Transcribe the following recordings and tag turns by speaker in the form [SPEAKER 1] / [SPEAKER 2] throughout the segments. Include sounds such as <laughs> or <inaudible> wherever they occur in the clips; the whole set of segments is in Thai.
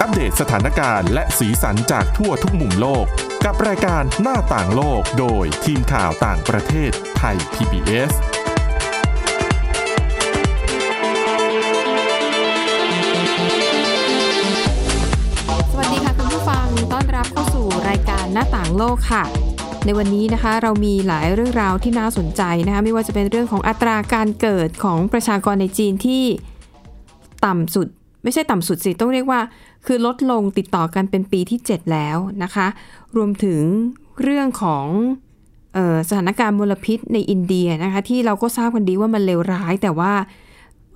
[SPEAKER 1] ปเดตสถานการณ์และสีสันจากทั่วทุกมุมโลก กับรายการหน้าต่างโลกโดยทีมข่าวต่างประเทศไทย PBS
[SPEAKER 2] สวัสดีค่ะคุณผู้ฟังต้อนรับเข้าสู่รายการหน้าต่างโลกค่ะ ในวันนี้นะคะเรามีหลายเรื่องราวที่น่าสนใจนะคะไม่ว่าจะเป็นเรื่องของอัตราการเกิดของประชากรในจีนที่ต่ำสุด ไม่ใช่ต่ำสุดสิต้องเรียกว่า คือลดลงติดต่อกันเป็นปีที่ 7 แล้วนะคะ รวมถึงเรื่องของเออสถานการณ์มลพิษในอินเดียนะคะที่เราก็ทราบกันดีว่ามันเลวร้ายแต่ว่า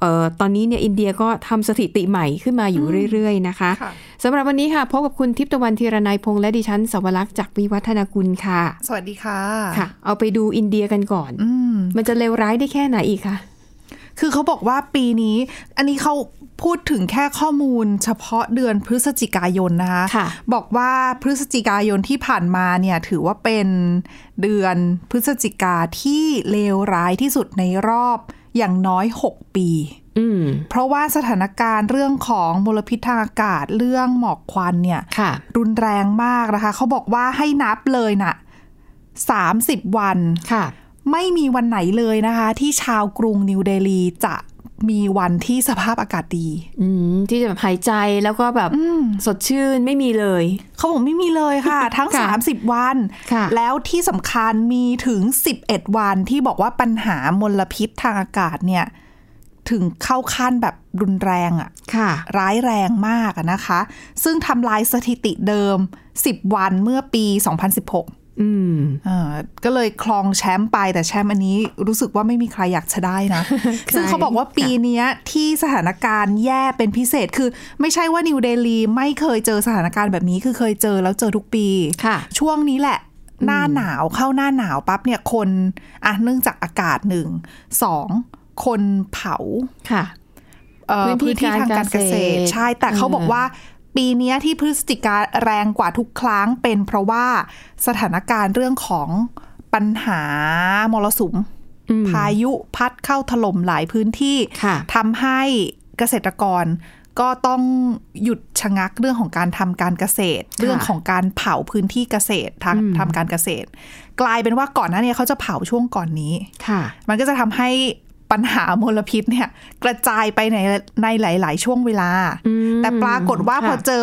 [SPEAKER 2] เออตอนนี้เนี่ยอินเดียก็ทำสถิติใหม่ขึ้นมาอยู่เรื่อยๆนะคะ สำหรับวันนี้ค่ะ พบกับคุณทิพย์ตะวันธีรนายพงษ์และดิฉันสวรักษ์จากวิวัฒนากุลค่ะ
[SPEAKER 3] สวัสดีค่ะ
[SPEAKER 2] ค่ะ เอาไปดูอินเดียกันก่อน
[SPEAKER 3] อืม
[SPEAKER 2] มันจะเลวร้ายได้แค่ไหนอีกคะ
[SPEAKER 3] คือเขาบอกว่าปีนี้ อันนี้เขาพูดถึงแค่ข้อมูลเฉพาะเดือนพฤศจิกายนนะคะ
[SPEAKER 2] ค่ะ
[SPEAKER 3] บอกว่าพฤศจิกายนที่ผ่านมาเนี่ยถือว่าเป็นเดือนพฤศจิกาที่เลวร้ายที่สุดในรอบอย่างน้อย 6 ปี
[SPEAKER 2] อืม
[SPEAKER 3] เพราะว่าสถานการณ์เรื่องของมลพิษทางอากาศเรื่องหมอกควันเนี่ย
[SPEAKER 2] ค่ะ
[SPEAKER 3] รุนแรงมากนะคะ เขาบอกว่าให้นับเลยนะ30 วัน
[SPEAKER 2] ค่ะ
[SPEAKER 3] ไม่มีวันไหนเลยนะคะ ที่ชาวกรุงนิวเดลีจะมีวันที่สภาพอากาศดี
[SPEAKER 2] อืม ที่จะแบบหายใจแล้วก็แบบสดชื่นไม่มีเลย
[SPEAKER 3] เขาบอกไม่มีเลย
[SPEAKER 2] <laughs>
[SPEAKER 3] ค่ะ ทั้ง
[SPEAKER 2] ค่ะ
[SPEAKER 3] 30 วัน
[SPEAKER 2] ค่ะ
[SPEAKER 3] แล้วที่สำคัญมีถึง 11 วันที่บอกว่าปัญหามลพิษทางอากาศเนี่ย ถึงเข้าขั้นแบบรุนแรงอะ
[SPEAKER 2] ค่ะ
[SPEAKER 3] ร้ายแรงมากอะนะคะ ซึ่งทำลายสถิติเดิม 10 วันเมื่อปี 2016
[SPEAKER 2] อืม
[SPEAKER 3] อ่าก็เลยคลองแชมป์ไปแต่แชมป์อันนี้รู้สึกว่าไม่มีใครอยากจะได้
[SPEAKER 2] <laughs>
[SPEAKER 3] นะ ซึ่งเขาบอกว่าปีเนี้ยที่สถานการณ์แย่เป็นพิเศษคือ ไม่ใช่ว่านิวเดลีไม่เคยเจอสถานการณ์แบบนี้คือเคยเจอแล้วเจอทุกปี
[SPEAKER 2] ค่ะ
[SPEAKER 3] ช่วงนี้แหละหน้าหนาวเข้าหน้าหนาวปั๊บเนี่ยคนอ่ะเนื่องจากอากาศหนึ่งสองคนเผา
[SPEAKER 2] ค่ะ
[SPEAKER 3] เอ่อ
[SPEAKER 2] พื้
[SPEAKER 3] พื้
[SPEAKER 2] น
[SPEAKER 3] น
[SPEAKER 2] ที่
[SPEAKER 3] ที่ทาง
[SPEAKER 2] กา
[SPEAKER 3] การ ร
[SPEAKER 2] เก
[SPEAKER 3] เก
[SPEAKER 2] ษ
[SPEAKER 3] ษ
[SPEAKER 2] ต
[SPEAKER 3] ต
[SPEAKER 2] ร
[SPEAKER 3] รใช่แต่เขา
[SPEAKER 2] เออ
[SPEAKER 3] บอกว่า ปีเนี้ยที่พฤศจิกาแรงกว่าทุกครั้งเป็นเพราะว่าสถานการณ์เรื่องของปัญหามรสุม
[SPEAKER 2] อืม
[SPEAKER 3] พายุพัดเข้าถล่มหลายพื้นที่
[SPEAKER 2] ค่ะ
[SPEAKER 3] ทำให้เกษตรกรก็ต้องหยุดชะงักเรื่องของการทำการเกษตร เรื่องของการเผาพื้นที่เกษตรทางทำการเกษตร กลายเป็นว่าก่อนหน้าเนี้เขาจะเผาช่วงก่อนนี้
[SPEAKER 2] ค่ะ
[SPEAKER 3] มันก็จะทำให้ปัญหามลพิษเนี่ย กระจายไปในในหลาย ๆ ช่วงเวลา
[SPEAKER 2] อืม
[SPEAKER 3] แต่ปรากฏว่า
[SPEAKER 2] ค่ะ
[SPEAKER 3] พอเจอ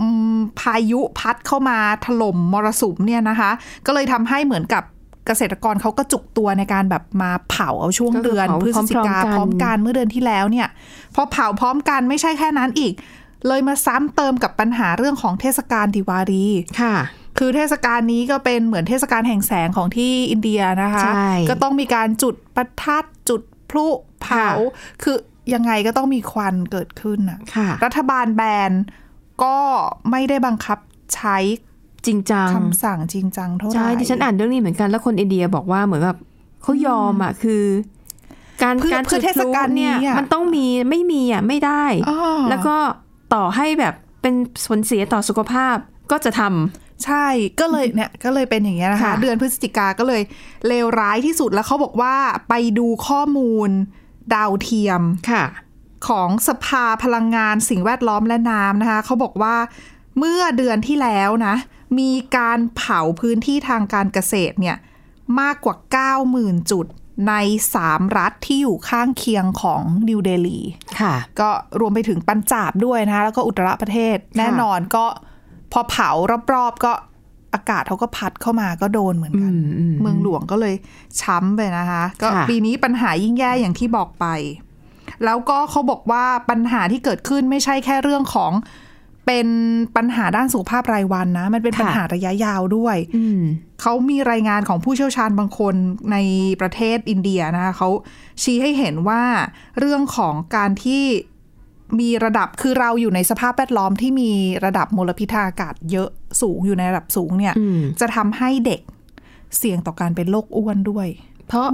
[SPEAKER 3] อืมพายุพัดเข้ามาถล่มมรสุมเนี่ยนะคะ ก็เลยทำให้เหมือนกับเกษตรกรเขาก็จุกตัวในการแบบมาเผาเอาช่วง
[SPEAKER 2] ก็คือ
[SPEAKER 3] เดือน
[SPEAKER 2] เผา
[SPEAKER 3] พฤศจิกา
[SPEAKER 2] พ
[SPEAKER 3] พ
[SPEAKER 2] ร้
[SPEAKER 3] ร้
[SPEAKER 2] อ
[SPEAKER 3] อ
[SPEAKER 2] ม
[SPEAKER 3] ม
[SPEAKER 2] กั
[SPEAKER 3] กัน นเมื่อเดือนที่แล้วเนี่ย พอเผาพร้อมกันไม่ใช่แค่นั้นอีก เลยมาซ้ำเติมกับปัญหาเรื่องของเทศกาลดิวารี
[SPEAKER 2] ค่ะ
[SPEAKER 3] คือเทศกาลนี้ก็เป็นเหมือนเทศกาลแห่งแสงของที่อินเดียนะคะ
[SPEAKER 2] ใช่
[SPEAKER 3] ก็ต้องมีการจุดประทัดจุดพลุเผา
[SPEAKER 2] ค่ะ
[SPEAKER 3] คือยังไงก็ต้องมีควันเกิดขึ้นน่ะ
[SPEAKER 2] ค่ะ
[SPEAKER 3] รัฐบาลแบนก็ไม่ได้บังคับใช้
[SPEAKER 2] จริงจัง
[SPEAKER 3] คำสั่งจริงจังเท่าไหร่
[SPEAKER 2] ใช่ดิฉันอ่านเรื่องนี้เหมือนกันแล้วคนอินเดียบอกว่าเหมือนแบบเขายอมอ่ะคือ การ
[SPEAKER 3] เพื่อ
[SPEAKER 2] การ
[SPEAKER 3] เพื่
[SPEAKER 2] จุ
[SPEAKER 3] อ
[SPEAKER 2] ด
[SPEAKER 3] เทศ
[SPEAKER 2] พลุ
[SPEAKER 3] กาลนี้
[SPEAKER 2] เนี่ย
[SPEAKER 3] อะ
[SPEAKER 2] มันต้องมีไม่มีอ่ะไม่ได้
[SPEAKER 3] อ้อ
[SPEAKER 2] แล้วก็ต่อให้แบบเป็นผลเสียต่อสุขภาพก็จะทำ
[SPEAKER 3] ใช่ก็เลยเนี่ยก็เลยเป็นอย่างเงี้ยนะคะ
[SPEAKER 2] ค่ะ
[SPEAKER 3] เดือนพฤศจิกาก็เลยเลวร้ายที่สุดแล้วเขาบอกว่าไปดูข้อมูลดาวเทียม
[SPEAKER 2] ค่ะ
[SPEAKER 3] ของสภาพลังงานสิ่งแวดล้อมและน้ำนะคะเขาบอกว่าเมื่อเดือนที่แล้วนะ มีการเผาพื้นที่ทางการเกษตรเนี่ยมากกว่า 90,000 จุดใน 3 รัฐที่อยู่ข้างเคียงของนิวเดลี
[SPEAKER 2] ค่ะ
[SPEAKER 3] ก็รวมไปถึงปัญจาบด้วยนะคะแล้วก็อุตตรประเทศ แน่นอนก็พอเผารอบๆก็อากาศเขาก็พัดเข้ามาก็โดนเหมือนกัน
[SPEAKER 2] อืมอืม
[SPEAKER 3] เมืองหลวงก็เลยช้ำไปนะคะ ก็
[SPEAKER 2] ค่ะ
[SPEAKER 3] ปีนี้ปัญหายิ่งแย่อย่างที่บอกไป แล้วก็เขาบอกว่าปัญหาที่เกิดขึ้นไม่ใช่แค่เรื่องของเป็นปัญหาด้านสุขภาพรายวันนะ มันเป็นปัญหาระยะยาวด้วย
[SPEAKER 2] อืม
[SPEAKER 3] เขามีรายงานของผู้เชี่ยวชาญบางคนในประเทศอินเดียนะคะเขาชี้ให้เห็นว่าเรื่องของการที่มีระดับคือเราอยู่ในสภาพแวดล้อมที่มีระดับมลพิษทางอากาศเยอะสูงอยู่ในระดับสูงเนี่ย
[SPEAKER 2] อืม
[SPEAKER 3] จะทำให้เด็กเสี่ยงต่อการเป็นโรคอ้วนด้วย
[SPEAKER 2] เพราะ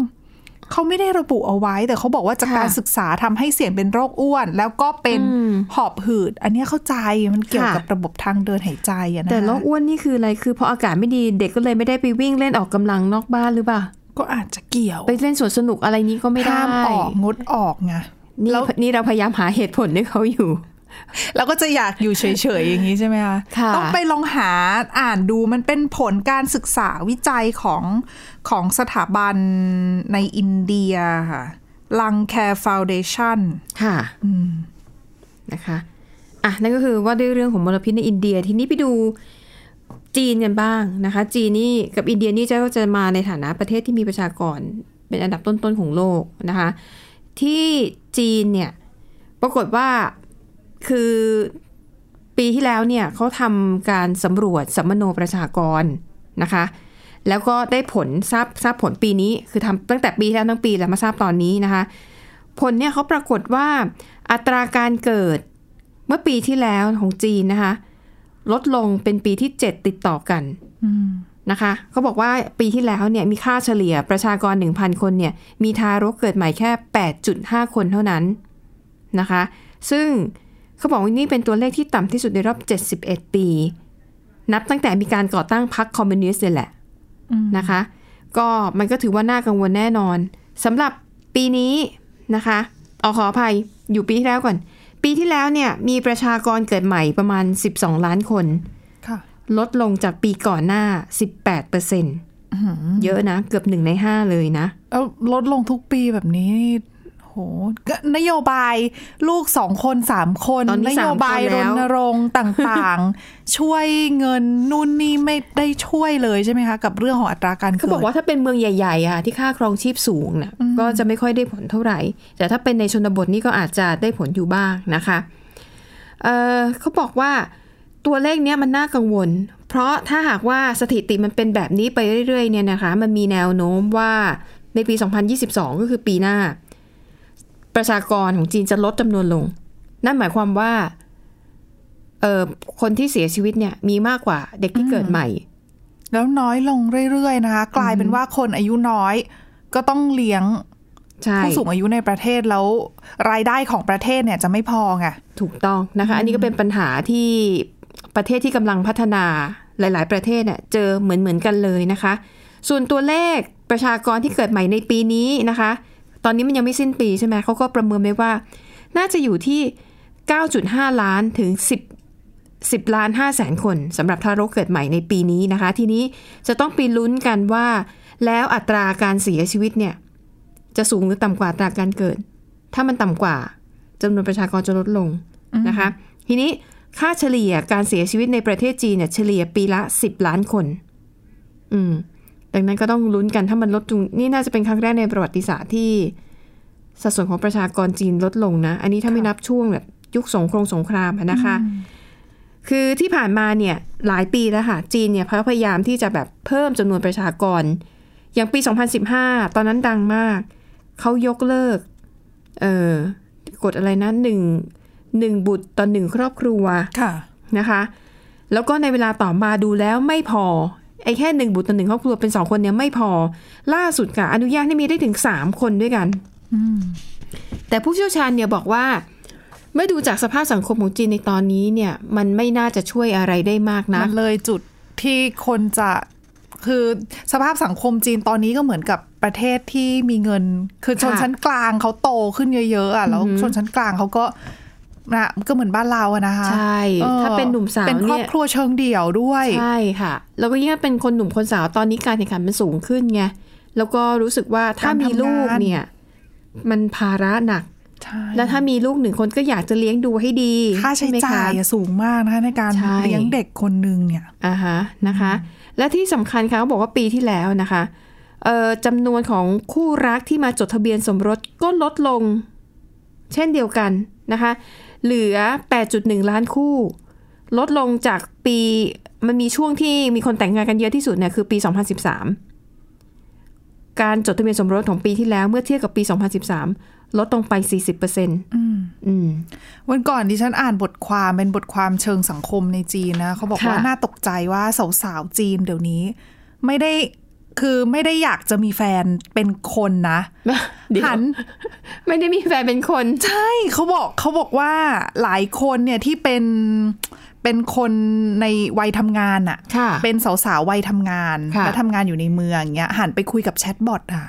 [SPEAKER 3] เขาไม่ได้ระบุเอาไว้ แต่เขาบอกว่าจาก
[SPEAKER 2] ค่ะ
[SPEAKER 3] การศึกษาทำให้เสี่ยงเป็นโรคอ้วน แล้วก็เป็น
[SPEAKER 2] อืม
[SPEAKER 3] หอบหืด อันเนี้ยเข้าใจมันเกี่ยว
[SPEAKER 2] ค่ะ
[SPEAKER 3] กับระบบทางเดินหายใจอะนะคะ
[SPEAKER 2] แต่โรคอ้วนนี่คืออะไรคือพออากาศไม่ดีเด็กก็เลยไม่ได้ไปวิ่งเล่นออกกำลังนอกบ้านหรือเปล่า
[SPEAKER 3] ก็อาจจะเกี่ยว
[SPEAKER 2] ไปเล่นสวนสนุกอะไรนี้ก็ไม่ได้
[SPEAKER 3] ห้ามออกงดออกไง
[SPEAKER 2] นี่
[SPEAKER 3] แล้ว
[SPEAKER 2] นี่เราพยายามหาเหตุผลให้เขาอยู่
[SPEAKER 3] เราก็จะอยากอยู่เฉยๆอย่างนี้ใช่ไหมคะ
[SPEAKER 2] ค่ะ
[SPEAKER 3] ต้องไปลองหาอ่านดูมันเป็นผลการศึกษาวิจัยของของสถาบันในอินเดียค่ะลังแคร์ฟาวเดชั่น
[SPEAKER 2] ค่ะนะคะอ่ะนั่นก็คือว่าด้วยเรื่องของมลพิษในอินเดียทีนี้ไปดูจีนกันบ้างนะคะ จีนนี่กับอินเดียนี่จะจะมาในฐานะประเทศที่มีประชากรเป็นอันดับต้นๆของโลกนะคะ ที่จีนเนี่ยปรากฏว่าคือปีที่แล้วเนี่ยเขาทำการสำรวจสัมมโนประชากรนะคะ แล้วก็ได้ผลทราบทราบผลปีนี้คือทำตั้งแต่ปีที่แล้วทั้งปีแล้วมาทราบตอนนี้นะคะ ผลเนี่ยเขาปรากฏว่าอัตราการเกิดเมื่อปีที่แล้วของจีนนะคะ ลดลงเป็นปีที่ 7 ติดต่อกันนะคะเขาบอกว่าปีที่แล้วเนี่ยมีค่าเฉลี่ยประชากร 1,000 คนเนี่ยมีทารกเกิดใหม่แค่ 8.5 คนเท่านั้นนะคะ ซึ่งเขาบอกว่านี่เป็นตัวเลขที่ต่ำที่สุดในรอบ 71 ปี นับตั้งแต่มีการก่อตั้งพรรคคอมมิวนิสต์เนี่ยแหละ นะคะ ก็มันก็ถือว่าน่ากังวลแน่นอนสำหรับปีนี้นะคะเอาขออภัยอยู่ปีที่แล้วก่อน ปีที่แล้วเนี่ยมีประชากรเกิดใหม่ประมาณ 12 ล้านคน
[SPEAKER 3] ค่ะ
[SPEAKER 2] ลดลงจากปีก่อนหน้า 18เปอร์เซ็นเยอะนะ เกือบหนึ่งในห้าเลยนะ
[SPEAKER 3] เอาลดลงทุกปีแบบนี้นี่โหก็นโยบายลูกสองคนสามคน
[SPEAKER 2] ตอนนี้
[SPEAKER 3] โยบาย
[SPEAKER 2] สามคน
[SPEAKER 3] ร
[SPEAKER 2] แล้ว
[SPEAKER 3] ณรงค์ต่างๆ ช่วยเงินนู่นนี่ไม่ได้ช่วยเลยใช่ไหมคะ กับเรื่องของอัตราการ
[SPEAKER 2] เขา
[SPEAKER 3] เกิ
[SPEAKER 2] บอ
[SPEAKER 3] ด
[SPEAKER 2] กว่าถ้าเป็นเมืองใหญ่ๆอะที่ค่าครองชีพสูงนะก็จะไม่ค่อยได้ผลเท่าไหร่ แต่ถ้าเป็นในชนบทนี่ก็อาจจะได้ผลอยู่บ้างนะคะเอ่อเขาบอกว่าตัวเลขเนี้ยมันน่ากังวล เพราะถ้าหากว่าสถิติมันเป็นแบบนี้ไปเรื่อยๆเนี่ยนะคะ มันมีแนวโน้มว่าในปี 2022 ก็คือปีหน้า ประชากรของจีนจะลดจำนวนลง นั่นหมายความว่าเอ่อคนที่เสียชีวิตเนี่ยมีมากกว่าเด็กที่เกิดใหม่
[SPEAKER 3] แล้วน้อยลงเรื่อยๆนะคะ กลายเป็นว่าคนอายุน้อย ก็ต้องเลี้ยง
[SPEAKER 2] ใช่
[SPEAKER 3] ผู้สูงอายุในประเทศแล้ว รายได้ของประเทศเนี่ยจะไม่พอไง
[SPEAKER 2] ถูกต้องนะคะ อันนี้ก็เป็นปัญหาที่ประเทศที่กำลังพัฒนาหลาย ๆ ประเทศเนี่ยเจอเหมือนเหมือนๆกันเลยนะคะ ส่วนตัวเลขประชากรที่เกิดใหม่ในปีนี้นะคะ ตอนนี้มันยังไม่สิ้นปีใช่ไหมเขาก็ประเมินไว้ว่า น่าจะอยู่ที่ 9.5 ล้านถึง 10 10ล้าน5แสนคนสำหรับทารกเกิดใหม่ในปีนี้นะคะ ทีนี้จะต้องไปลุ้นกันว่า แล้วอัตราการเสียชีวิตเนี่ยจะสูงหรือต่ำกว่าอัตราการเกิด ถ้ามันต่ำกว่าจำนวนประชากรจะลดลงนะคะ ทีนี้ค่าเฉลี่ยการเสียชีวิตในประเทศจีนเนี่ยเฉลี่ยปีละ 10 ล้านคน อืม ดังนั้นก็ต้องลุ้นกันถ้ามันลดจงนี่น่าจะเป็นครั้งแรกในประวัติศาสตร์ที่ สัดส่วนของประชากรจีนลดลงนะ อันนี้ถ้าไม่นับช่วงแบบยุคสงครามสงครามอะนะคะ คือที่ผ่านมาเนี่ยหลายปีแล้วค่ะจีนเนี่ยพยายามที่จะแบบเพิ่มจำนวนประชากร อย่างปี 2015 ตอนนั้นดังมาก เขายกเลิก เอ่อกฎอะไรนะหนึ่งหนึ่งบุตรต่อหนึ่งครอบครัว
[SPEAKER 3] ค่ะ
[SPEAKER 2] นะคะ แล้วก็ในเวลาต่อมาดูแล้วไม่พอ ไอ้แค่หนึ่งบุตรต่อหนึ่งครอบครัวเป็นสองคนเนี่ยไม่พอ ล่าสุดค่ะ อนุญาตให้มีได้ถึงสามคนด้วยกัน แต่ผู้เชี่ยวชาญเนี่ยบอกว่า เมื่อดูจากสภาพสังคมของจีนในตอนนี้เนี่ย มันไม่น่าจะช่วยอะไรได้มากนะ
[SPEAKER 3] มันเลยจุดที่คนจะคือสภาพสังคมจีนตอนนี้ก็เหมือนกับประเทศที่มีเงิน คือชนชั้นกลางเขาโตขึ้นเยอะๆอ่ะแล้วชนชั้นกลางเขาก็นะก็เหมือนบ้านเราอะนะคะ
[SPEAKER 2] ใช่
[SPEAKER 3] ออ
[SPEAKER 2] ถ้าเป็นหนุ่มสาว
[SPEAKER 3] เป็นครอ
[SPEAKER 2] เนี่
[SPEAKER 3] บ
[SPEAKER 2] ย
[SPEAKER 3] ครัวเชิงเดี่ยวด้วย
[SPEAKER 2] ใช่ค่ะ แล้วก็ยิ่งเป็นคนหนุ่มคนสาวตอนนี้การแข่งขันมันสูงขึ้นไง แล้วก็รู้สึกว่าถ้ามีลูก
[SPEAKER 3] การทำงาน
[SPEAKER 2] เนี่ย มันภาระหนัก
[SPEAKER 3] ใช่
[SPEAKER 2] แล้วถ้ามีลูกหนึ่งคนก็อยากจะเลี้ยงดูให้ดี
[SPEAKER 3] ค่าใช้
[SPEAKER 2] ไหม
[SPEAKER 3] จ่า
[SPEAKER 2] คะ
[SPEAKER 3] ยอะสูงมากนะคะในการ
[SPEAKER 2] ใช่
[SPEAKER 3] เลี้ยงเด็กคนหนึ่งเนี่ย
[SPEAKER 2] อ่าฮะนะคะ และที่สำคัญค่ะเขาบอกว่าปีที่แล้วนะคะเอ่อจำนวนของคู่รักที่มาจดทะเบียนสมรสก็ลดลง เช่นเดียวกันนะคะ เหลือ 8.1 ล้านคู่ ลดลงจากปีมันมีช่วงที่มีคนแต่งงานกันเยอะที่สุดเนี่ยคือปี 2013 การจดทะเบียนสมรสของปีที่แล้วเมื่อเทียบกับปี 2013 ลดลงไป 40%อืมอืม <laughs>
[SPEAKER 3] วันก่อนดิฉันอ่านบทความเป็นบทความเชิงสังคมในจีนนะเขาบอกว่า
[SPEAKER 2] ค่ะ
[SPEAKER 3] น่าตกใจว่าสาวๆจีนเดี๋ยวนี้ ไม่ได้คือไม่ได้อยากจะมีแฟนเป็นคนนะ
[SPEAKER 2] เดี๋ยว
[SPEAKER 3] หัน
[SPEAKER 2] ไม่ได้มีแฟนเป็นคน
[SPEAKER 3] ใช่เขาบอกเขาบอกว่าหลายคนเนี่ยที่เป็นเป็นคนในวัยทำงานอะ
[SPEAKER 2] ค่ะ
[SPEAKER 3] เป็นสาวๆวัยทำงาน
[SPEAKER 2] ค่ะ
[SPEAKER 3] และทำงานอยู่ในเมืองเงี้ยหันไปคุยกับแชทบอทอะ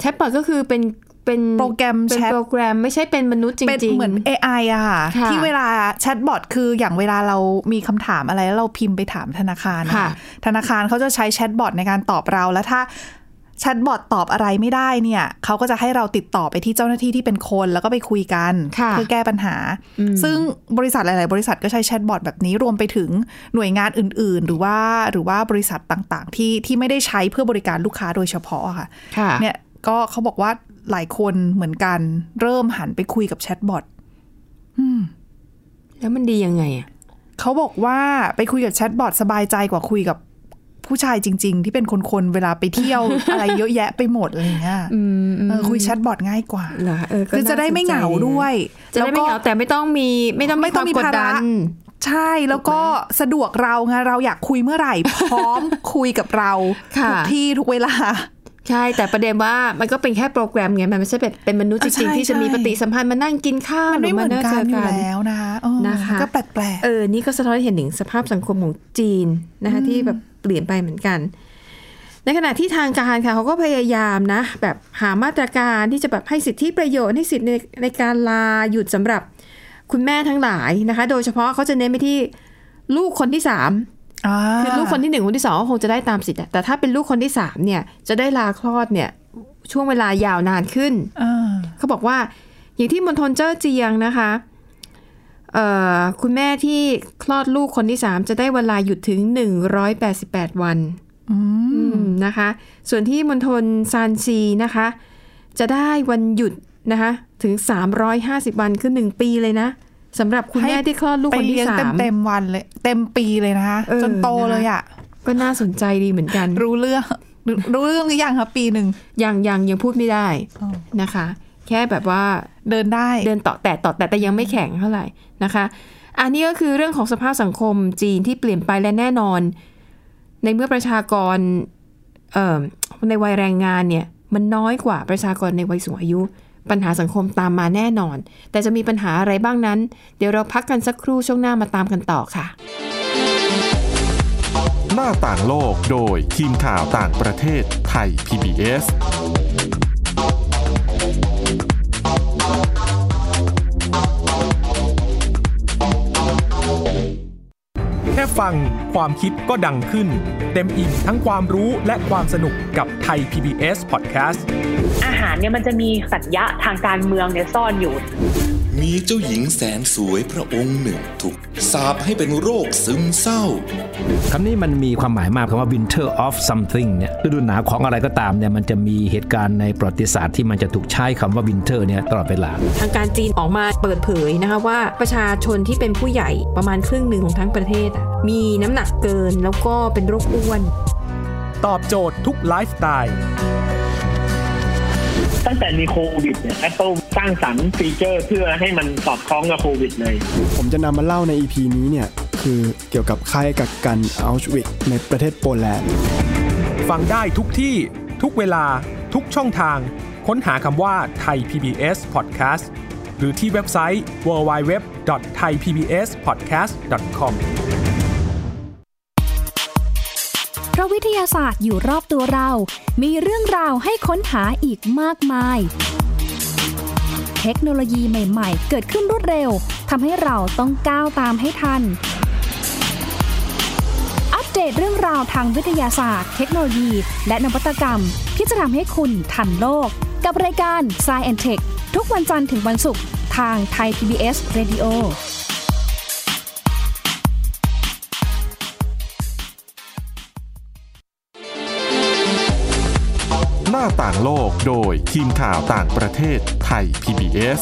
[SPEAKER 2] แชทบอทก็คือเป็น เป็น
[SPEAKER 3] โปรแกรม
[SPEAKER 2] เป็น
[SPEAKER 3] แชท
[SPEAKER 2] โปรแกรมไม่ใช่เป็นมนุษย์จ
[SPEAKER 3] เป็น
[SPEAKER 2] ริง
[SPEAKER 3] เหมือน AI อะค่ะ
[SPEAKER 2] ค่ะ
[SPEAKER 3] ที่เวลาแชทบอทคืออย่างเวลาเรามีคำถามอะไรแล้วเราพิมพ์ไปถามธนาคารน
[SPEAKER 2] ค่ะ
[SPEAKER 3] ธนาคารเขาจะใช้แชทบอทในการตอบเราแล้วถ้าแชทบอทตอบอะไรไม่ได้เนี่ยเขาก็จะให้เราติดต่อไปที่เจ้าหน้าที่ที่เป็นคนแล้วก็ไปคุยกัน
[SPEAKER 2] ค่ะ
[SPEAKER 3] เพื่อแก้ปัญหา
[SPEAKER 2] อืม
[SPEAKER 3] ซึ่งบริษัทหลาย ๆ บริษัทก็ใช้แชทบอทแบบนี้รวมไปถึงหน่วยงานอื่น ๆ หรือว่าหรือว่าบริษัทต่าง ๆ ที่ที่ไม่ได้ใช้เพื่อบริการลูกค้าโดยเฉพาะค่ะ
[SPEAKER 2] ค่ะ
[SPEAKER 3] เนี่ยก็เขาบอกว่าหลายคนเหมือนกันเริ่มหันไปคุยกับแชทบอท
[SPEAKER 2] แล้วมันดียังไงอะ
[SPEAKER 3] เขาบอกว่าไปคุยกับแชทบอทสบายใจกว่าคุยกับผู้ชายจริง ๆ ที่เป็นคนๆเวลาไปเที่ยว <laughs> อะไรเยอะแยะไปหมดอะไรเงี้ยเออคุยแชทบอทง่ายกว่า
[SPEAKER 2] เหรอเออก็
[SPEAKER 3] คือจะได้ไม่เหงาด้วย
[SPEAKER 2] จะได้ไม่เหงาแต่ไม่ต้องมีไม่ต้อง
[SPEAKER 3] ไม่ต้องมี
[SPEAKER 2] ควากด
[SPEAKER 3] ภาระ
[SPEAKER 2] ดัน
[SPEAKER 3] ใช่แล้วก็สะดวกเราไงเราอยากคุยเมื่อไหร่ พร้อมคุยกับเรา
[SPEAKER 2] ค่ะ
[SPEAKER 3] ทุกที่ทุกเวลา
[SPEAKER 2] ใช่แต่ประเด็นว่ามันก็เป็นแค่โปรแกรมไงมันไม่ใช่แบบเป็นมนุษย์จ
[SPEAKER 3] ใช่
[SPEAKER 2] ริงๆที่จะมี
[SPEAKER 3] ใช่
[SPEAKER 2] ปฏิสัมพันธ์มานั่งกินข้าว
[SPEAKER 3] มันไม่เหมือน
[SPEAKER 2] รือ
[SPEAKER 3] กั
[SPEAKER 2] จ
[SPEAKER 3] นอยู่แล้วนะคะเออ
[SPEAKER 2] นะคะ
[SPEAKER 3] ก็แปลก
[SPEAKER 2] เออ นี่ก็สะท้อนให้เห็นถึงสภาพสังคมของจีนนะคะที่แบบเปลี่ยนไปเหมือนกัน ในขณะที่ทางการค่ะเขาก็พยายามนะ แบบหามาตรการที่จะแบบให้สิทธิประโยชน์ให้สิทธิในในการลาหยุดสำหรับคุณแม่ทั้งหลายนะคะ โดยเฉพาะเขาจะเน้นไปที่ลูกคนที่สาม
[SPEAKER 3] ๆอ่า
[SPEAKER 2] คือลูกคนที่หนึ่งคนที่สองก็คงจะได้ตามสิทธิ์อะแต่ถ้าเป็นลูกคนที่สามเนี่ยจะได้ลาคลอดเนี่ยช่วงเวลายาวนานขึ้น
[SPEAKER 3] อ่า
[SPEAKER 2] เขาบอกว่าอย่างที่มณฑลเจ้อเจียงนะคะเอ่อคุณแม่ที่คลอดลูกคนที่ 3 จะได้เวลาหยุดถึง 188 วัน
[SPEAKER 3] อืม
[SPEAKER 2] อืมนะคะ ส่วนที่มณฑลซานซีนะคะ จะได้วันหยุดนะคะถึง 350 วันคือ 1 ปีเลยนะสำหรับคุณแม่
[SPEAKER 3] ให้
[SPEAKER 2] ที่คลอดลูก
[SPEAKER 3] ไป
[SPEAKER 2] คน
[SPEAKER 3] เลี้ย
[SPEAKER 2] ที่
[SPEAKER 3] ง
[SPEAKER 2] สาม
[SPEAKER 3] เต็มๆวันเลย เต็มปีเลยนะคะ
[SPEAKER 2] เออ
[SPEAKER 3] จนโตเลย
[SPEAKER 2] นะคะ
[SPEAKER 3] อะ
[SPEAKER 2] ก็น่าสนใจดีเหมือนกัน
[SPEAKER 3] รู้เรื่องรู้รู้เรื่องหรือยังคะปีหนึ่ง
[SPEAKER 2] ยังยังยังพูดไม่ได้
[SPEAKER 3] อ๋อ
[SPEAKER 2] นะคะ แค่แบบว่า
[SPEAKER 3] เดินได้
[SPEAKER 2] เดินต่อแต่ต่อแต่แต่ยังไม่แข็งเท่าไหร่นะคะ อันนี้ก็คือเรื่องของสภาพสังคมจีนที่เปลี่ยนไปและแน่นอน ในเมื่อประชากรเอ่อในวัยแรงงานเนี่ย มันน้อยกว่าประชากรในวัยสูงอายุ ปัญหาสังคมตามมาแน่นอน แต่จะมีปัญหาอะไรบ้างนั้น เดี๋ยวเราพักกันสักครู่ช่วงหน้ามาตามกันต่อค่ะ
[SPEAKER 1] หน้าต่างโลกโดยทีมข่าวต่างประเทศไทย PBS
[SPEAKER 4] แค่ฟังความคิดก็ดังขึ้น เต็มอิ่งทั้งความรู้และความสนุกกับไทย PBS Podcast
[SPEAKER 5] อาหารเนี่ยมันจะมีสัญญะทางการเมืองเนี่ยซ่อนอยู่
[SPEAKER 6] มีเจ้าหญิงแสนสวยพระองค์หนึ่งถูกสาปให้เป็นโรคซึมเศร้า
[SPEAKER 7] คำนี้มันมีความหมายมากคำว่า winter of something เนี่ยฤดูหนาวของอะไรก็ตามเนี่ยมันจะมีเหตุการณ์ในประวัติศาสตร์ที่มันจะถูกใช้คำว่า winter เนี่ยตลอดเวลา
[SPEAKER 2] ทางการจีนออกมาเปิดเผยนะคะว่าประชาชนที่เป็นผู้ใหญ่ประมาณครึ่งหนึ่งของทั้งประเทศอะมีน้ำหนักเกินแล้วก็เป็นโรคอ้วน
[SPEAKER 4] ตอบโจทย์ทุกไลฟ์สไตล์
[SPEAKER 8] ตั้งแต่มีโควิดเนี่ย Apple สร้างสรรค์ฟีเจอร์เพื่อให้มันสอดคล้องกับโควิดเลย
[SPEAKER 9] ผมจะนำมาเล่าใน EP นี้เนี่ย คือเกี่ยวกับค่ายกักกันอัลชวิกในประเทศโปแลนด์
[SPEAKER 4] ฟังได้ทุกที่ ทุกเวลา ทุกช่องทาง ค้นหาคำว่าไทย PBS Podcast หรือที่เว็บไซต์ www.thaipbspodcast.com
[SPEAKER 10] เพราะวิทยาศาสตร์อยู่รอบตัวเรา มีเรื่องราวให้ค้นหาอีกมากมาย เทคโนโลยีใหม่ๆ เกิดขึ้นรวดเร็ว ทำให้เราต้องก้าวตามให้ทัน อัปเดตเรื่องราวทางวิทยาศาสตร์ เทคโนโลยี และนวัตกรรม ที่จะทำให้คุณทันโลก กับรายการ s c i e n t e c h ทุกวันจันทร์ถึงวันศุกร์ทางไทย PBS Radio
[SPEAKER 1] หน้าต่างโลกโดยทีมข่าวต่างประเทศไทย PBS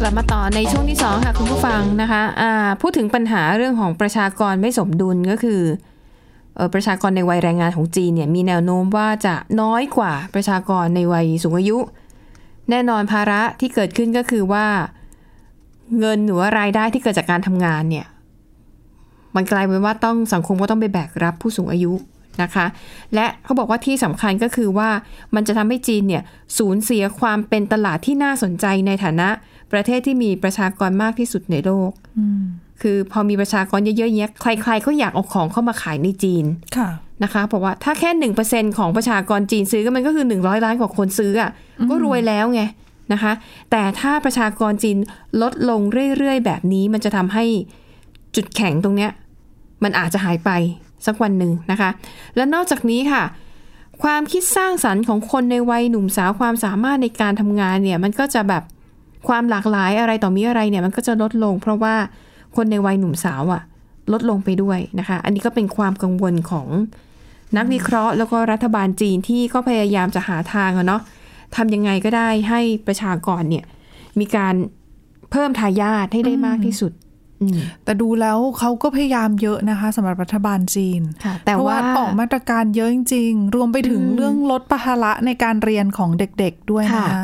[SPEAKER 2] กลับมาต่อในช่วงที่ 2 ค่ะ คุณผู้ฟังนะคะอ่าพูดถึงปัญหาเรื่องของประชากรไม่สมดุลก็คือเอ่อประชากรในวัยแรงงานของจีนเนี่ยมีแนวโน้มว่าจะน้อยกว่าประชากรในวัยสูงอายุ แน่นอนภาระที่เกิดขึ้นก็คือว่าเงินหรือว่ารายได้ที่เกิดจากการทำงานเนี่ย มันกลายเป็นว่าต้องสังคมก็ต้องไปแบกรับผู้สูงอายุนะคะ และเขาบอกว่าที่สำคัญก็คือว่ามันจะทำให้จีนเนี่ยสูญเสียความเป็นตลาดที่น่าสนใจในฐานะ ประเทศที่มีประชากรมากที่สุดในโลก คือพอมีประชากรเยอะๆเนี้ยใครๆก็อยากเอาของเข้ามาขายในจีน
[SPEAKER 3] ค่ะ
[SPEAKER 2] นะคะเพราะว่าถ้าแค่ 1%ของประชากรจีนซื้อก็มันก็คือ 100 ล้านกว่าคนซื้ออ่ะก็รวยแล้วไงนะคะ แต่ถ้าประชากรจีนลดลงเรื่อย ๆ แบบนี้มันจะทำให้จุดแข็งตรงเนี้ย มันอาจจะหายไปสักวันหนึ่งนะคะ และนอกจากนี้ค่ะ ความคิดสร้างสรรค์ของคนในวัยหนุ่มสาวความสามารถในการทำงานเนี่ย มันก็จะแบบความหลากหลายอะไรต่อมีอะไรเนี่ย มันก็จะลดลง เพราะว่าคนในวัยหนุ่มสาวอะลดลงไปด้วยนะคะ อันนี้ก็เป็นความกังวลของนักวิเคราะห์ แล้วก็รัฐบาลจีนที่ก็พยายามจะหาทางอะเนาะทำยังไงก็ได้ให้ประชากรเนี่ย มีการเพิ่มทายาทให้ได้มากที่สุดอืม
[SPEAKER 3] แต่ดูแล้วเขาก็พยายามเยอะนะคะสำหรับรัฐบาลจีน
[SPEAKER 2] ค่ะแต่
[SPEAKER 3] เพระ
[SPEAKER 2] ว่า
[SPEAKER 3] ออกมาตรการเยอะจริงๆ รวมไปถึง
[SPEAKER 2] อืม
[SPEAKER 3] เรื่องลดภาระในการเรียนของเด็กๆด้วยนะ
[SPEAKER 2] ค่ะ
[SPEAKER 3] คะ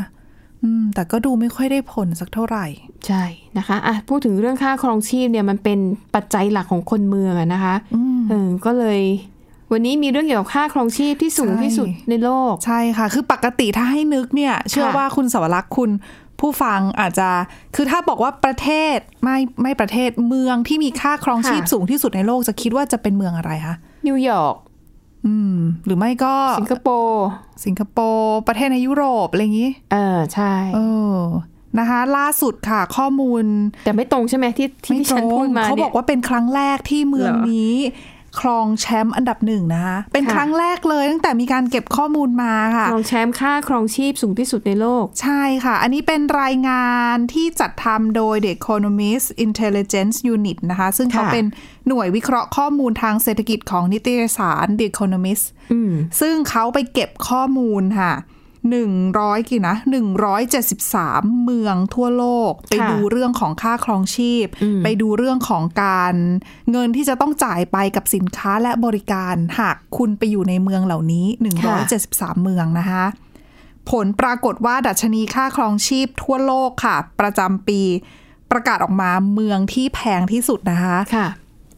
[SPEAKER 3] อืม แต่ก็ดูไม่ค่อยได้ผลสักเท่าไหร่
[SPEAKER 2] ใช่นะคะอ่ะพูดถึงเรื่องค่าครองชีพเนี่ยมันเป็นปัจจัยหลักของคนเมืองอะนะคะเออก็เลย วันนี้มีเรื่องเกี่ยวกับค่าครองชีพที่สูง
[SPEAKER 3] ใช่
[SPEAKER 2] ที่สุดในโลก
[SPEAKER 3] ใช่ค่ะ คือปกติถ้าให้นึกเนี่ย เชื่อว่าคุณสวรักษ์คุณผู้ฟังอาจจะ คือถ้าบอกว่าประเทศไม่ไม่ประเทศเมืองที่มีค่าครองชีพ
[SPEAKER 2] ค่ะ
[SPEAKER 3] สูงที่สุดในโลกจะคิดว่าจะเป็นเมืองอะไรคะ
[SPEAKER 2] นิวยอร์ก
[SPEAKER 3] อืม หรือไม่ก็
[SPEAKER 2] สิงคโปร์
[SPEAKER 3] สิงคโปร์ประเทศในยุโรปอะไรอย่างนี้
[SPEAKER 2] เออใช่
[SPEAKER 3] เออ นะคะ ล่าสุดค่ะ ข้อมูล
[SPEAKER 2] แต่ไม่ตรงใช่ไหมที่ที่ที่ฉัน
[SPEAKER 3] ไตรง
[SPEAKER 2] พูดมา
[SPEAKER 3] เขา
[SPEAKER 2] เนี่
[SPEAKER 3] บ
[SPEAKER 2] ย
[SPEAKER 3] อกว่าเป็นครั้งแรกที่เมือง
[SPEAKER 2] เหรอ
[SPEAKER 3] นี้ ครองแชมป์อันดับหนึ่งนะคะ เป็น
[SPEAKER 2] ค่ะ
[SPEAKER 3] ครั้งแรกเลยตั้งแต่มีการเก็บข้อมูลมาค่ะ
[SPEAKER 2] ครองแชมป์ค่าครองชีพสูงที่สุดในโลก
[SPEAKER 3] ใช่ค่ะ อันนี้เป็นรายงานที่จัดทำโดย The Economist Intelligence Unit นะคะ ซึ่งเขา
[SPEAKER 2] ค่ะ
[SPEAKER 3] เป็นหน่วยวิเคราะห์ข้อมูลทางเศรษฐกิจของนิตยสาร The Economist
[SPEAKER 2] อืม
[SPEAKER 3] ซึ่งเขาไปเก็บข้อมูลค่ะ 100 กี่นะ 173 เมืองทั่วโลก ไปดูเรื่องของค่าครองชีพ
[SPEAKER 2] อืม
[SPEAKER 3] ไปดูเรื่องของการเงินที่จะต้องจ่ายไปกับสินค้าและบริการ หากคุณไปอยู่ในเมืองเหล่านี้ 173 เมืองนะคะ ผลปรากฏว่าดัชนีค่าครองชีพทั่วโลกค่ะ ประจำปี ประกาศออกมาเมืองที่แพงที่สุดนะคะ
[SPEAKER 2] ค่ะ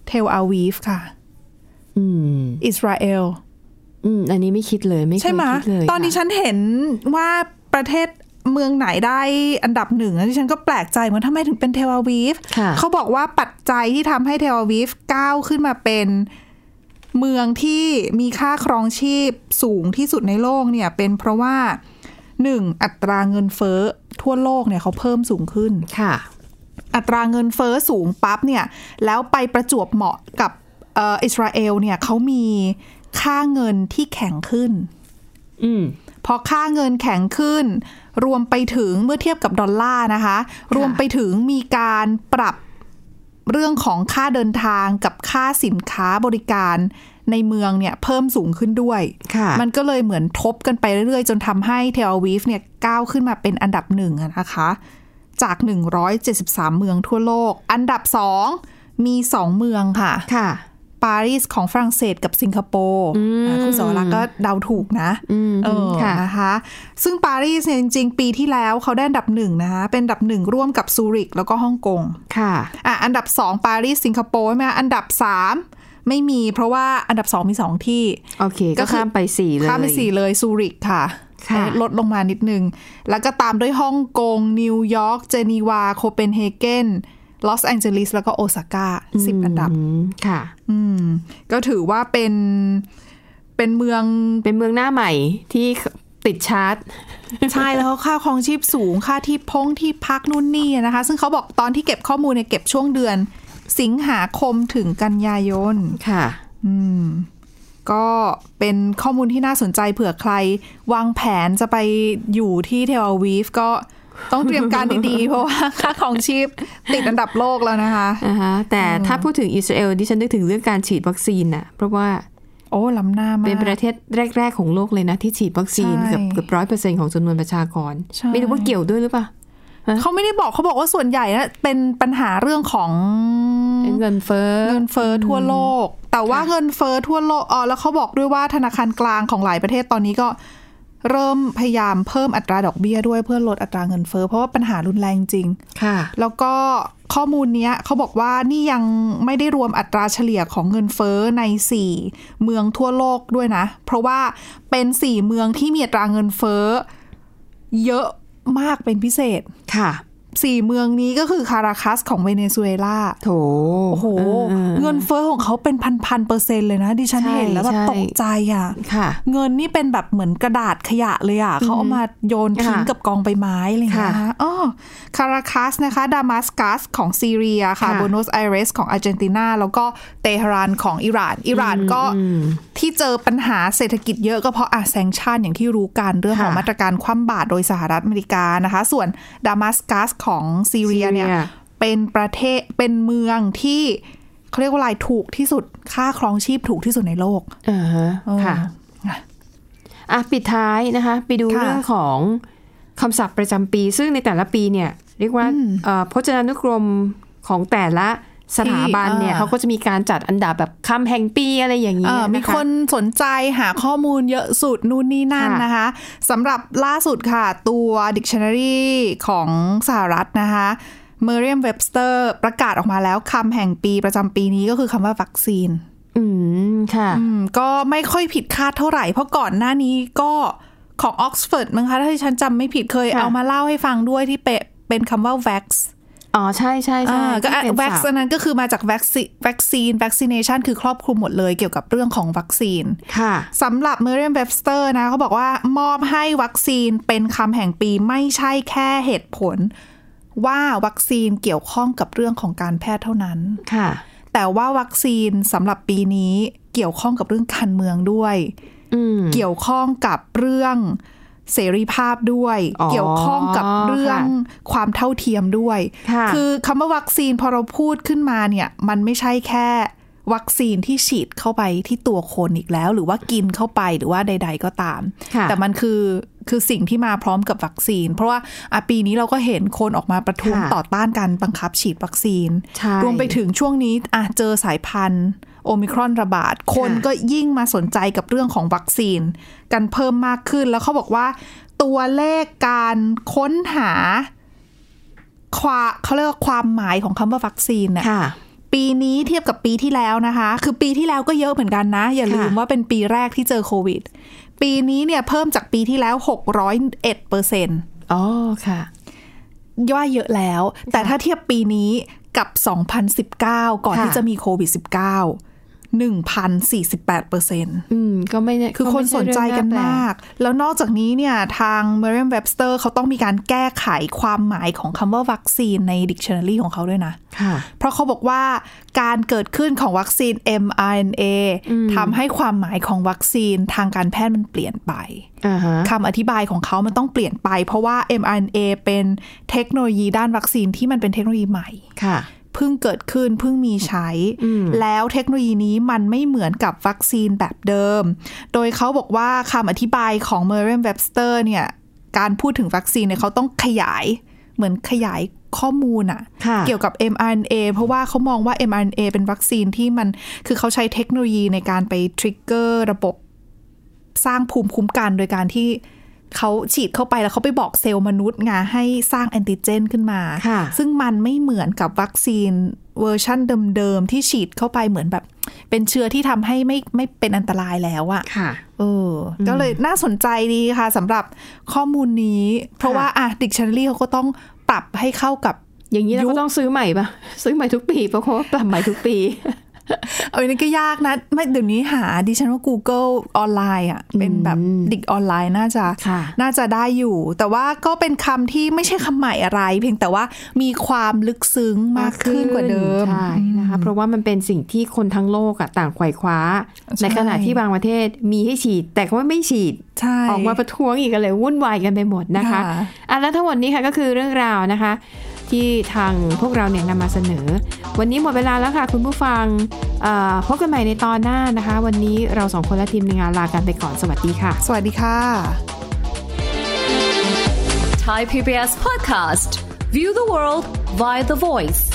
[SPEAKER 3] เทลอาวีฟค่ะ
[SPEAKER 2] อืม
[SPEAKER 3] อิสราเอล
[SPEAKER 2] อืมอันนี้ไม่คิดเลยไม่เค
[SPEAKER 3] ใช่
[SPEAKER 2] ย
[SPEAKER 3] ไหม
[SPEAKER 2] คิดเลย
[SPEAKER 3] ตอนนี้
[SPEAKER 2] ค่ะ
[SPEAKER 3] ฉันเห็นว่าประเทศเมืองไหนได้อันดับหนึ่งนะที่ฉันก็แปลกใจเหมือนทำไมถึงเป็นเทลอาวีฟ
[SPEAKER 2] ค่ะ
[SPEAKER 3] เขาบอกว่าปัจจัยที่ทำให้เทลอาวีฟก้าวขึ้นมาเป็นเมืองที่มีค่าครองชีพสูงที่สุดในโลกเนี่ย เป็นเพราะว่าหนึ่งอัตราเงินเฟ้อทั่วโลกเนี่ยเขาเพิ่มสูงขึ้น
[SPEAKER 2] ค่ะ
[SPEAKER 3] อัตราเงินเฟ้อสูงปั๊บเนี่ย แล้วไปประจวบเหมาะกับเอ่ออิสราเอลเนี่ยเขามีค่าเงินที่แข็งขึ้น
[SPEAKER 2] อืม
[SPEAKER 3] พอค่าเงินแข็งขึ้น รวมไปถึงเมื่อเทียบกับดอลลาร์นะคะ รวมไปถึงมีการปรับเรื่องของค่าเดินทางกับค่าสินค้าบริการในเมืองเนี่ยเพิ่มสูงขึ้นด้วย
[SPEAKER 2] ค่ะ
[SPEAKER 3] มันก็เลยเหมือนทบกันไปเรื่อยๆ จนทำให้เทลอาวีฟเนี่ยก้าวขึ้นมาเป็นอันดับหนึ่งอะนะคะ จาก 173 เมืองทั่วโลก อันดับ 2 มี 2 เมืองค่ะ
[SPEAKER 2] ค่ะ
[SPEAKER 3] ปารีสของฝรั่งเศสกับสิงคโปร์
[SPEAKER 2] อืม
[SPEAKER 3] อ่ะคุณสวรักษ์ก็เดาถูกนะ
[SPEAKER 2] อืม
[SPEAKER 3] เออ
[SPEAKER 2] ค่ะ
[SPEAKER 3] นะคะ ซึ่งปารีสเนี่ยจริงๆ ปีที่แล้วเขาได้อันดับหนึ่งนะคะ เป็นอันดับหนึ่งร่วมกับซูริกแล้วก็ฮ่องกง
[SPEAKER 2] ค่ะ
[SPEAKER 3] อ่ะ อันดับสองปารีสสิงคโปร์ใช่ไหมอันดับสามไม่มีเพราะว่าอันดับสองมีสองที่
[SPEAKER 2] โอเค
[SPEAKER 3] ก็
[SPEAKER 2] ก็
[SPEAKER 3] คือ
[SPEAKER 2] ข้ามไปสี่เลย
[SPEAKER 3] ข้ามไปสี่เลยซูริกค่ะ
[SPEAKER 2] ค่ะ
[SPEAKER 3] ลดลงมานิดนึง แล้วก็ตามด้วยฮ่องกง นิวยอร์ก เจนีวา โคเปนเฮเกน ลอสแอนเจลิส แล้วก็โอซาก้าสิบอันดับ
[SPEAKER 2] มค่ะ
[SPEAKER 3] อืม ก็ถือว่าเป็น เป็นเมือง
[SPEAKER 2] เป็นเมืองหน้าใหม่ที่ติดชาร์ต
[SPEAKER 3] ใช่แล้วค่าครองชีพสูง ค่าที่พงที่พักนู่นนี่นะคะ ซึ่งเขาบอกตอนที่เก็บข้อมูลเนี่ยเก็บช่วงเดือน สิงหาคมถึงกันยายน
[SPEAKER 2] ค่ะ
[SPEAKER 3] อืม ก็เป็นข้อมูลที่น่าสนใจเผื่อใคร วางแผนจะไปอยู่ที่เทลอาวีฟก็ต้องเตรียมการดีๆ เพราะว่าค่าครองชีพติดอันดับโลกแล้วนะคะ
[SPEAKER 2] อ่าฮะแต่ถ้าพูดถึงอิสราเอลดิฉันนึกถึงเรื่องการฉีดวัคซีนน่ะ เพราะว่า
[SPEAKER 3] <laughs> โอ้ล้ำหน้ามาก
[SPEAKER 2] เป็นประเทศแรก ๆ ของโลกเลยนะ ที่ฉีดวัคซีน
[SPEAKER 3] ใช่
[SPEAKER 2] เกือบเกือบร้อยเปอร์เซ็นของจำนวนประชากร
[SPEAKER 3] ใช่
[SPEAKER 2] ไม่รู้ว่าเกี่ยวด้วยหรือเปล่า
[SPEAKER 3] เขาไม่ได้บอกเขาบอกว่าส่วนใหญ่นะเป็นปัญหาเรื่องของ
[SPEAKER 2] เงินเฟ้อ
[SPEAKER 3] เงินเฟอ้อทั่วโลก แต่ว่าเงินเฟอ้อทั่วโลกอ๋อแล้วเขาบอกด้วยว่าธนาคารกลางของหลายประเทศตอนนี้ก็เริ่มพยายามเพิ่มอัตราดอกเบี้ยด้วยเพื่อลดอัตราเงินเฟอ้อเพราะว่าปัญหารุนแรงจริง
[SPEAKER 2] ค่ะ
[SPEAKER 3] แล้วก็ข้อมูลเนี้ยเขาบอกว่านี่ยังไม่ได้รวมอัตราเฉลี่ยของเงินเฟ้อใน 4 เมืองทั่วโลกด้วยนะ เพราะว่าเป็น 4 เมืองที่มีอัตราเงินเฟ้อเยอะมากเป็นพิเศษ
[SPEAKER 2] ค่ะ
[SPEAKER 3] 14 เมืองนี้ก็คือคาราคัสของเวเนซุเอลา
[SPEAKER 2] โถ
[SPEAKER 3] โอ้โห เงินเฟ้อของเขาเป็นพันๆเปอร์เซ็นต์เลยนะ ดิฉันเห็นแล้วแบบตกใจอ่ะ เงินนี่เป็นแบบเหมือนกระดาษขยะเลยอ่ะ เขาเอามาโยนทิ้งกับกองใบไม้อะไรอย่างเงี้ยอ๋อคาราคัสนะคะ ดามัสกัสของซีเรียค่ะโบนัสไอเรสของอาร์เจนตินา แล้วก็เตหะรานของอิหร่าน อิหร่านก็ที่เจอปัญหาเศรษฐกิจเยอะก็เพราะอาแซงชันอย่างที่รู้กันเรื่องของมาตรการคว่ำบาตรโดยสหรัฐอเมริกานะคะ ส่วนดามัสกัสของซีเรียเนี่ยเป็นประเทศเป็นเมืองที่เขาเรียกว่าอะไรถูกที่สุดค่าครองชีพถูกที่สุดในโลก
[SPEAKER 2] อ่าค่ะอ่ะปิดท้ายนะคะ ไปดูเรื่องของคำศัพท์ประจำปี ซึ่งในแต่ละปีเนี่ย เรียกว่าพจนานุกรมของแต่ละสถาบันเนี่ยเขาก็จะมีการจัดอันดับแบบคำแห่งปีอะไรอย่างนี้
[SPEAKER 3] มีคนสนใจหาข้อมูลเยอะสุดนู่นนี่นั่นนะคะสำหรับล่าสุดค่ะ ตัว Dictionary ของสหรัฐนะคะเมเรียมเว็บสเตอร์ประกาศออกมาแล้วคำแห่งปีประจำปีนี้ก็คือคำว่าวัคซีน
[SPEAKER 2] อืม ค่ะ
[SPEAKER 3] ก็ไม่ค่อยผิดคาดเท่าไหร่ เพราะก่อนหน้านี้ก็ของออกซฟอร์ดมั้งคะ ถ้าที่ฉันจำไม่ผิดเคยเอามาเล่าให้ฟังด้วยที่เป็นคำว่า vax
[SPEAKER 2] อ๋อ ใช่ใช่ใช่
[SPEAKER 3] ก็วัคซีนนั้นก็คือมาจากวัคซีนวัคซีนวัคซีเนชันคือครอบคลุมหมดเลยเกี่ยวกับเรื่องของวัคซีน
[SPEAKER 2] ค่ะ
[SPEAKER 3] สำหรับเมเรียมเวบสเตอร์นะเขาบอกว่ามอบให้วัคซีนเป็นคำแห่งปีไม่ใช่แค่เหตุผล ว่าวัคซีนเกี่ยวข้องกับเรื่องของการแพทย์เท่านั้น
[SPEAKER 2] ค่ะ
[SPEAKER 3] แต่ว่าวัคซีนสำหรับปีนี้เกี่ยวข้องกับเรื่องการเมืองด้วยเกี่ยวข้องกับเรื่องเสรีภาพด้วย เกี่ยวข้องกับเรื่องความเท่าเทียมด้วย คือคำว่าวัคซีนพอเราพูดขึ้นมาเนี่ย มันไม่ใช่แค่ วัคซีนที่ฉีดเข้าไปที่ตัวคนอีกแล้ว หรือว่ากินเข้าไปหรือว่าใด ๆ ก็ตาม แต่มันคือคือสิ่งที่มาพร้อมกับวัคซีน เพราะว่าปีนี้เราก็เห็นคนออกมาประท้วงต่อต้านการบังคับฉีดวัคซีน รวมไปถึงช่วงนี้อ่ะเจอสายพันธุ์โอมิครอนระบาด คนก็ยิ่งมาสนใจกับเรื่องของวัคซีน กันเพิ่มมากขึ้นแล้วเขาบอกว่า ตัวเลขการค้นหาความเขาเรียกว่าความหมายของคำว่าวัคซีนน่
[SPEAKER 2] ะ
[SPEAKER 3] ปีนี้เทียบกับปีที่แล้วนะคะ คือปีที่แล้วก็เยอะเหมือนกันนะ อย่าลืมว่าเป็นปีแรกที่เจอโควิด ปีนี้เนี่ยเพิ่มจากปีที่แล้ว 601เปอร์เซ็นต์
[SPEAKER 2] อ๋อค่ะ
[SPEAKER 3] ย่อยเยอะแล้ว แต่ถ้าเทียบปีนี้กับ 2019 ก่อนที่จะมีโควิด 19 1,048เปอร์เซ็นต์
[SPEAKER 2] อืม ก็ไม่
[SPEAKER 3] คือคนสนใจกันมาก แล้วนอกจากนี้เนี่ย ทาง Merriam Webster เขาต้องมีการแก้ไขความหมายของคำว่าวัคซีนใน Dictionary ของเขาด้วยนะ
[SPEAKER 2] ค่ะ
[SPEAKER 3] เพราะเขาบอกว่าการเกิดขึ้นของวัคซีน mRNA ทำให้ความหมายของวัคซีนทางการแพทย์มันเปลี่ยนไป
[SPEAKER 2] uh-huh.
[SPEAKER 3] คำอธิบายของเขามันต้องเปลี่ยนไป เพราะว่า mRNA เป็นเทคโนโลยีด้านวัคซีนที่มันเป็นเทคโนโลยีใหม่
[SPEAKER 2] ค่ะ
[SPEAKER 3] เพิ่งเกิดขึ้นเพิ่งมีใช้ แล้วเทคโนโลยีนี้มันไม่เหมือนกับวัคซีนแบบเดิม โดยเขาบอกว่าคำอธิบายของ Merriam Webster เนี่ย การพูดถึงวัคซีนเนี่ยเขาต้องขยายเหมือนขยายข้อมูลอะ
[SPEAKER 2] ะ
[SPEAKER 3] เกี่ยวกับ mRNA เพราะว่าเขามองว่า mRNA เป็นวัคซีนที่มันคือเขาใช้เทคโนโลยีในการไปทริกเกอร์ระบบสร้างภูมิคุ้มกันโดยการที่เขาฉีดเข้าไปแล้วเขาไปบอกเซลล์มนุษย์ไงให้สร้างแอนติเจนขึ้นมา ซึ่งมันไม่เหมือนกับวัคซีนเวอร์ชั่นเดิมๆ ที่ฉีดเข้าไปเหมือนแบบ เป็นเชื้อที่ทำให้ไม่ไม่เป็นอันตรายแล้วอะ
[SPEAKER 2] ค่ะ
[SPEAKER 3] เออก็เลยน่าสนใจดีค่ะสำหรับข้อมูลนี้ เพราะว่าอ่ะดิกชันนารีเขาก็ต้องปรับให้เข้ากับ
[SPEAKER 2] อย่างนี้เราก็ต้องซื้อใหม่ปะซื้อใหม่ทุกปีเพราะเขาปรับใหม่ทุกปี
[SPEAKER 3] เออนี่ก็ยากนะ ไม่เดี๋ยวนี้หาดิฉันว่า Google ออนไลน์อ่ะ เป็นแบบดิกออนไลน์น่าจะน่าจะได้อยู่ แต่ว่าก็เป็นคำที่ไม่ใช่คำใหม่อะไร เพียงแต่ว่ามีความลึกซึ้งมากขึ้นกว่าเดิม
[SPEAKER 2] ใช่นะคะเพราะว่ามันเป็นสิ่งที่คนทั้งโลกอะต่างไขว่คว้า ในขณะที่บางประเทศมีให้ฉีด แต่ก็ไม่ฉีด ออกมาประท้วงอีกกันเลยวุ่นวายกันไปหมดนะคะอ่ะแล้วทั้งหมดนี้ค่ะก็คือเรื่องราวนะคะที่ทางพวกเราเนี่ยนำมาเสนอ วันนี้หมดเวลาแล้วค่ะ คุณผู้ฟังพบกันใหม่ในตอนหน้านะคะ วันนี้เราสองคนและทีมงานลากันไปก่อนสวัสดีค่ะ
[SPEAKER 3] สวัสดีค่ะ
[SPEAKER 11] Thai PBS Podcast View the world via the voice